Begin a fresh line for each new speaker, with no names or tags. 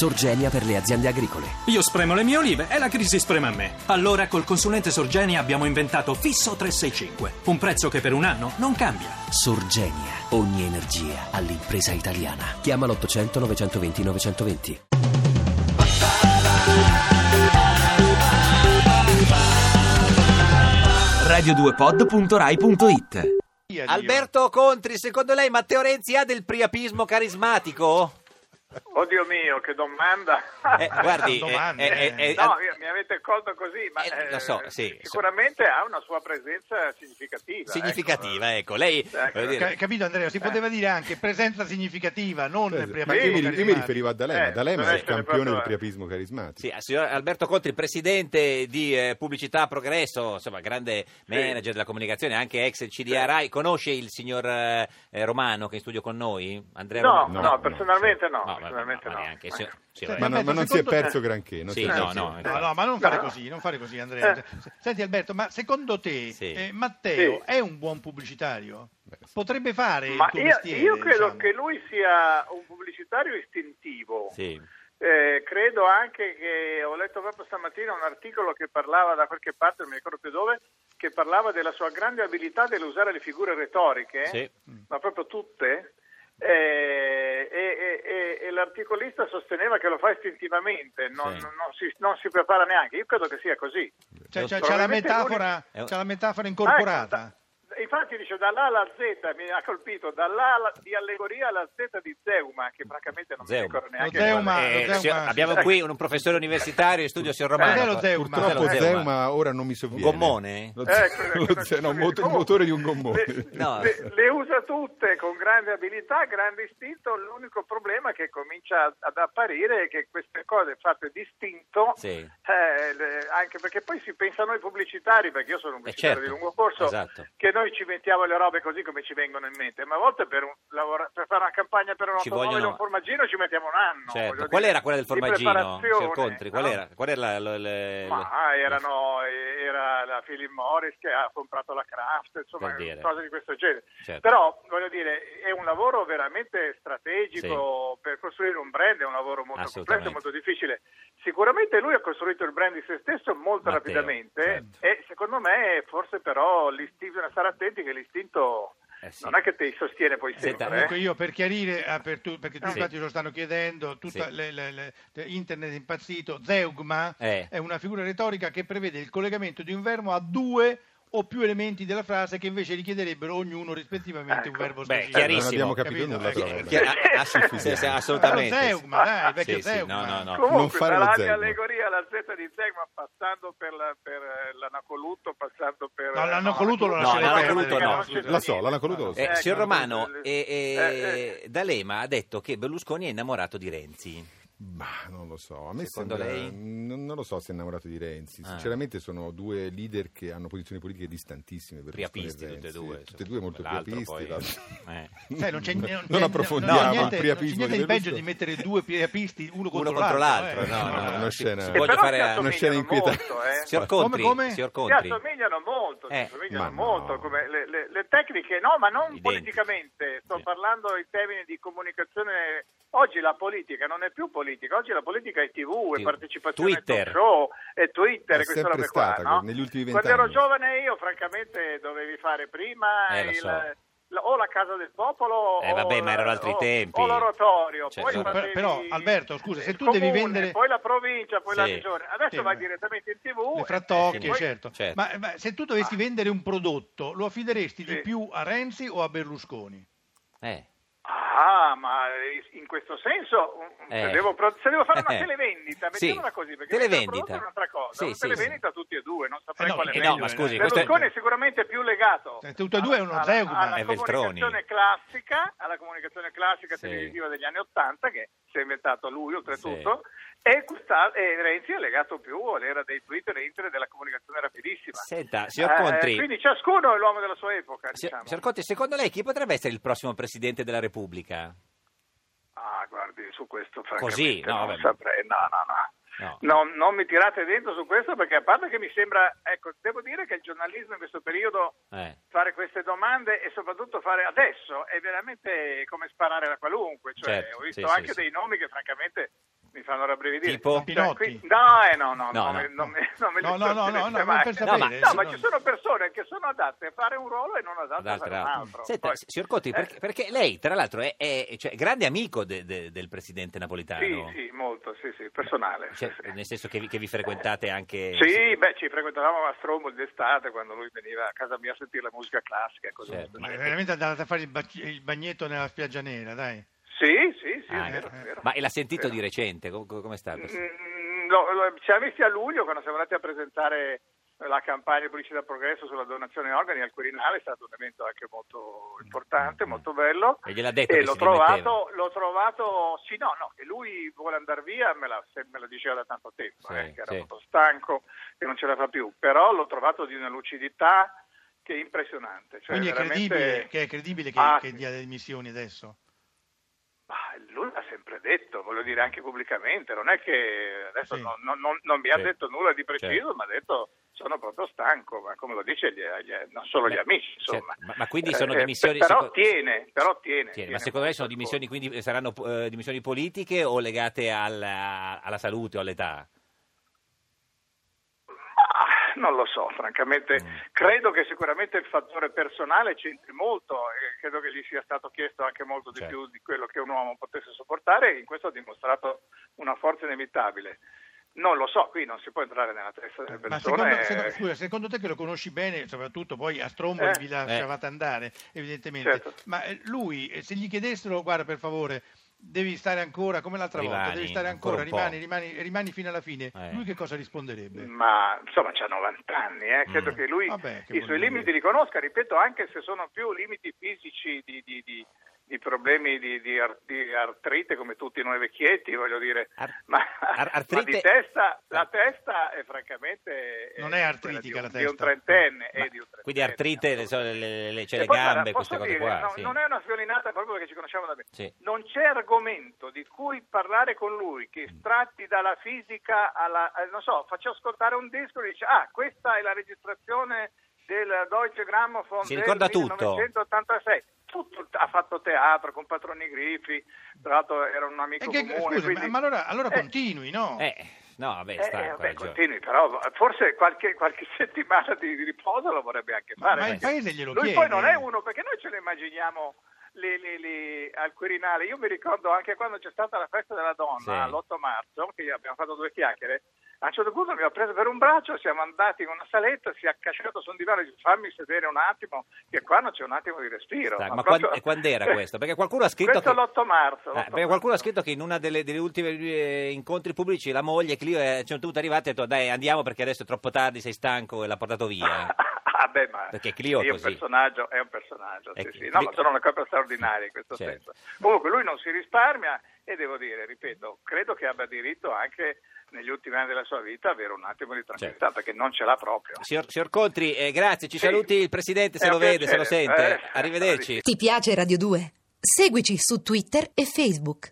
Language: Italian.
Sorgenia per le aziende agricole.
Io spremo le mie olive e la crisi sprema me. Allora col consulente Sorgenia abbiamo inventato Fisso 365, un prezzo che per un anno non cambia.
Sorgenia, ogni energia all'impresa italiana. Chiama l'800 920 920.
radio2pod.rai.it
Alberto Contri, secondo lei Matteo Renzi ha del priapismo carismatico?
Oddio mio, che domanda!
Eh, guardi,
Domande.
eh, eh, eh,
no,
eh,
mi- mi avete colto così, ma
eh, lo so, sì,
sicuramente ha una sua presenza significativa.
significativa, ecco, lei...
Ecco.
voglio dire-
Ca- capito Andrea? Si poteva dire anche presenza significativa, non prima
Esatto. Ma io, mi, io mi
carismatico.
riferivo a D'Alema.
Eh,
D'Alema
deve
è il
essere
campione
proprio-
del priapismo carismatico.
Sì, al signor Alberto Contri, presidente di eh, Pubblicità Progresso, insomma, grande manager della comunicazione, anche ex CDA Rai. Conosce il signor eh, eh, Romano che è in studio con noi? Andrea
No,
Romano?
no,
no,
personalmente no,
ma- ma-
personalmente
ma
no. Ecco.
neanche, signor- signor-
Sì,
Ma, non- ma non si è
secondo te-
perso granché. Non
cioè Sì,
si è
no,
perso
no, ecco.
granché.
No, no, ma non fare così, non fare così Andrea.
Eh.
Senti Alberto, ma secondo te
Sì.
eh, Matteo
Sì.
è un buon pubblicitario?
Beh, sì.
Potrebbe fare
Ma
Eh, il tuo
io,
mestiere?
io credo
diciamo?
che lui sia un pubblicitario istintivo.
Sì.
Eh, credo anche che ho letto proprio stamattina un articolo che parlava da qualche parte, non mi ricordo più dove, che parlava della sua grande abilità nell'usare le figure retoriche,
Sì.
ma proprio tutte. Eh, e, e- e- e l'articolista sosteneva che lo fa istintivamente, non,
Sì.
non- non si, non si prepara neanche. Io credo che sia così.
Cioè, cioè, c'è, la
Probabilmente
metafora,
lui-
c'è la metafora incorporata.
Ah, ecco, da- infatti dice dall'A alla Z, mi ha colpito, dall'A alla- di allegoria alla Z di Zeuma, che francamente non
Zeuma.
mi ricordo
Lo
neanche.
Zeuma-
Eh,
lo Zeuma-
signor- abbiamo qui
Ecco.
un, un professore universitario in studio, signor Romano.
Cos'è lo Zeuma?
Purtroppo
Cos'è lo
Zeuma ora non mi
Un
sovviene.
gommone?
Lo
Eh,
Zeuma-
quello-
lo
quello-
Zeuma, un
quello-
mot- il motore di un gommone.
Le,
No.
le- le usa tutte con grande abilità, grande istinto. L'unico problema che comincia ad apparire è che queste cose fatte distinto,
Sì.
eh, le- anche perché poi si pensa a noi pubblicitari, perché io sono un
Eh,
pubblicitario
certo.
di lungo corso,
Esatto.
che noi ci inventiamo le robe così come ci vengono in mente. Ma a volte per, un- lavora- per fare una campagna per un
Ci
automobile
vogliono-
o un formaggino ci mettiamo un anno.
Certo.
voglio
Qual
dire,
era quella del
di
formaggino, signor
preparazione,
Contri? Qual
no?
era, qual era la- la- la-
Ma ah, erano, eh, era la Philip Morris che ha comprato la Kraft, insomma,
Per dire.
cose di questo genere.
Certo.
Però, voglio dire, è un lavoro veramente strategico per costruire un brand, è un lavoro molto complesso,
Assolutamente.
molto difficile. Sicuramente lui ha costruito il brand di se stesso molto
Matteo,
rapidamente
certo.
e secondo me forse però l'istinto, bisogna stare attenti che l'istinto
Eh sì.
non è che ti sostiene poi
Senta, ecco
sempre.
Comunque
eh.
io per chiarire, ah, per tu- perché tu
Sì.
infatti lo stanno chiedendo, tutta
Sì.
le- le- le- le- internet è impazzito, zeugma
Eh.
è una figura retorica che prevede il collegamento di un verbo a due o più elementi della frase che invece richiederebbero ognuno rispettivamente un
Ecco.
verbo
Beh,
specifico.
chiarissimo.
Non abbiamo capito
Capito,
nulla
ecco.
però, vabbè.
Chi- a- ass- sì, sì, assolutamente.
Ah, Zeugma, dai, il vecchio
Sì, sì,
Zeugma.
no, no, no.
Non
Comunque,
fare
dalla
lo
mia
Zegma.
allegoria alla Z di Zegma, passando per, la, per eh, l'anacolutto, passando per...
No,
eh,
l'anacoluto lo
No,
lascerei perdere, perché
l'anacoluto no.
non si-
La so, l'anacoluto lo so.
Eh,
Ecco,
signor Romano,
eh,
eh, eh,
eh,
D'Alema ha detto che Berlusconi è innamorato di Renzi.
Ma non lo so, a me
Secondo
sembra,
lei?
Non, non lo so se è innamorato di Renzi.
Ah.
Sinceramente sono due leader che hanno posizioni politiche distantissime. Berlusconi
Priapisti,
e
tutte e
Renzi.
due.
Tutte e due molto
L'altro
priapisti.
poi-
l'altro-
eh.
Sai, Cioè, non c'è, non
non,
c'è-
approfondiamo
no,
il
niente,
priapismo
non c'è niente di peggio di
Berlusconi.
mettere due priapisti uno contro,
Uno contro l'altro,
eh.
no,
No,
no,
una
no,
scena-
si- si
eh,
voglio
però
voglia
si
fare
una
assomigliano
scena inquietante.
molto, eh.
Signor
Come,
Contri,
come?
signor
Si
Contri.
assomigliano molto, si
Eh,
assomigliano
ma
molto
no.
come le, le- le tecniche, no, ma non
Identiche.
politicamente, sto
Sì.
parlando in termini di comunicazione. Oggi la politica non è più politica, oggi la politica è TV, è
Sì.
partecipazione
Twitter.
ai talk show, è Twitter,
È
e Cioè, questa
sempre
roba qua,
stata,
no?
negli ultimi
Quando
vent'anni.
ero giovane io francamente dovevi fare prima
Eh, lo
il-
so.
la- o la casa del popolo
Eh, vabbè,
o,
ma erano altri
o-
tempi.
o l'oratorio
Cioè,
poi
però-
facevi
però, Alberto, scusa, se
il
tu devi
comune,
vendere-
poi la provincia poi la
Sì.
regione adesso
Sì,
vai
ma-
direttamente in tv Ah.
Le
sì,
frattocchie,
poi-
certo.
certo.
Ma, ma se tu dovessi vendere un prodotto, lo affideresti di
Sì.
più a Renzi o a Berlusconi?
Eh,
Ah, ma in questo senso um,
eh.
se, devo, pro- se devo fare una
Eh.
televendita,
Sì.
mettiamola così, perché
Televendita.
televendita. è un'altra cosa,
Sì,
una
sì,
televendita tutti e due, non saprei
Eh no,
quale
eh
è
no,
meglio.
ma scusi,
questo è-
Berlusconi è sicuramente più legato.
Eh, tutti e due è uno
alla-
zeugma.
Alla,
È Eh, Veltroni.
comunicazione classica, alla comunicazione classica
Sì.
televisiva degli anni Ottanta, che si è inventato lui oltretutto,
Sì.
e, questa- e Renzi è legato più all'era dei Twitter e internet della comunicazione rapidissima.
Senta, signor
Eh,
Contri.
quindi ciascuno è l'uomo della sua epoca,
si-
diciamo.
signor Contri, secondo lei chi potrebbe essere il prossimo presidente della Repubblica?
Ah, guardi, su questo
Così,
francamente
no,
non
vabbè.
saprei, no, no, no.
No.
Non- non mi tirate dentro su questo perché a parte che mi sembra, ecco, devo dire che il giornalismo in questo periodo
Eh.
fare queste domande e soprattutto fare adesso è veramente come sparare da qualunque, cioè
Certo,
ho
sì,
visto
sì,
anche
sì.
dei nomi che francamente mi fanno rabbrividire.
Tipo?
Cioè, qui-
Pinotti.
no, eh, no, no,
No, no.
no, me- non me- non me li
No, no, no, no,
suggerisce
no,
mai.
non per sapere,
No,
eh,
ma, no,
se
ma
no-
ci sono persone che sono adatte a fare un ruolo e non adatte a
D'altra-
fare un altro.
Senta,
Poi-
signor Conti,
Eh,
perché, perché lei, tra l'altro, è, è- cioè, grande amico de- de- del presidente napolitano.
Sì, sì, molto, sì, sì, personale.
Cioè,
sì, sì.
nel senso che vi, che vi frequentate anche...
Sì, beh, ci frequentavamo a Stromboli d'estate quando lui veniva a casa mia a sentire la musica classica. e cose
Certo.
del
Ma
genere.
veramente andate a fare il, bac- il bagnetto nella spiaggia nera, dai.
Sì, sì, sì,
Ah,
è vero,
eh.
è vero.
Ma e l'ha sentito
Vero.
di recente? Co- co- Come sta? il presidente?
Mm, no, lo- ci siamo visti a luglio quando siamo andati a presentare la campagna Pubblicità Progresso sulla donazione organi al Quirinale, è stato un evento anche molto importante, molto bello.
Mm, E gliel'ha detto che
l'ho
si dimetteva.
trovato, l'ho trovato, sì, no, no, che lui vuole andare via, me, la- se- me lo diceva da tanto tempo,
Sì,
eh, che era
sì.
molto stanco, che non ce la fa più, però l'ho trovato di una lucidità che è impressionante. Cioè,
Quindi è
veramente-
credibile che, è credibile che,
Ah,
che
sì.
dia le dimissioni adesso.
Ma lui l'ha sempre detto, voglio dire anche pubblicamente, non è che adesso
Sì.
non, non- non- non mi ha
Sì.
detto nulla di preciso,
Certo.
ma ha detto sono proprio stanco, ma come lo dice gli- gli- non solo gli
Beh,
amici,
certo,
insomma. Eh,
ma- ma quindi sono dimissioni-
Però
seco-
tiene, però tiene.
Tieni,
tiene
ma secondo lei sono
molto
dimissioni, quindi eh, saranno eh, dimissioni politiche o legate alla, alla salute o all'età?
Ah, Non lo so, francamente,
Mm.
credo che sicuramente il fattore personale c'entri molto e credo che gli sia stato chiesto anche molto di
Certo.
più di quello che un uomo potesse sopportare e in questo ha dimostrato una forza inimitabile. Non lo so, qui non si può entrare nella testa delle
Ma
Eh, persone.
secondo, secondo- scusa, secondo te che lo conosci bene, soprattutto poi a Stromboli
Eh.
vi lasciavate andare, evidentemente.
Certo.
Ma eh, lui, eh, se gli chiedessero, guarda per favore, devi stare ancora, come l'altra volta,
Rimani,
devi stare
ancora
ancora,
un po'.
rimani, rimani, rimani fino alla fine,
Eh.
lui che cosa risponderebbe?
Ma insomma c'ha 90 anni, eh, credo
Mm.
che lui
Vabbè, che
i
vuol
suoi
dire.
limiti li conosca, ripeto, anche se sono più limiti fisici di, di- di- di problemi di, di ar- di artrite come tutti noi vecchietti, voglio dire,
Ar-
ma,
ar-
ma
artrite- Eh.
di testa, la testa è francamente...
Non è
quella di
artritica
un-
la
Di un
testa.
trentenne,
Ma-
è Eh, di un trentenne.
quindi artrite, le, so- le- le- le- cioè
E
le
poi, guarda,
gambe, queste
posso
cose
dire,
qua?
no,
sì.
Non è una sviolinata proprio perché ci conosciamo da bene.
Sì.
Non c'è argomento di cui parlare con lui che
Mm.
tratti dalla fisica alla... eh, non so, faccio ascoltare un disco e dice ah, questa è la registrazione del Deutsche Grammophon
Si
del
ricorda tutto.
1986. Tutto, ha fatto teatro con Patroni Griffi, tra l'altro era un amico
E Eh, che-
Ecco comune.
scusa,
quindi-
ma, ma allora, allora
Eh,
continui, no?
Eh, no, vabbè,
eh,
sta
eh,
ancora
vabbè,
giovane.
continui, però forse qualche, qualche settimana di, di riposo lo vorrebbe anche
Ma-
fare.
ma il
perché
paese glielo
Lui
chiede.
poi non è uno, perché noi ce lo immaginiamo le- le- le- al Quirinale. Io mi ricordo anche quando c'è stata la festa della donna,
Sì.
l'8 marzo, che abbiamo fatto due chiacchiere, a un certo punto mi ha preso per un braccio, siamo andati in una saletta, si è accasciato su un divano e dice fammi sedere un attimo, che qua non c'è un attimo di respiro.
Sta-
Ma
ma
proprio-
quando, e quando era questo? Perché qualcuno ha scritto
Questo
che-
l'8 marzo.
Ah,
l'8
perché qualcuno ha
marzo.
scritto che in una delle, delle ultime eh, incontri pubblici la moglie Clio è a un certo punto è arrivata e ha detto dai andiamo perché adesso è troppo tardi, sei stanco e l'ha portato via.
Ah, beh, ma
eh. Perché Clio
sì,
è
è un
così.
personaggio, è un personaggio, sì,
È-
sì. No,
Cli-
ma sono una cosa straordinaria in questo
Certo.
senso. Comunque lui non si risparmia e devo dire, ripeto, credo che abbia diritto anche negli ultimi anni della sua vita avere un attimo di
Certo.
tranquillità perché non ce l'ha proprio.
Signor, signor Contri, eh, grazie, ci
Sì.
saluti il Presidente se
È
lo
un
vede, se lo
piacere.
sente.
Eh,
Arrivederci.
arrivederci.
Ti piace Radio 2? Seguici su Twitter e Facebook.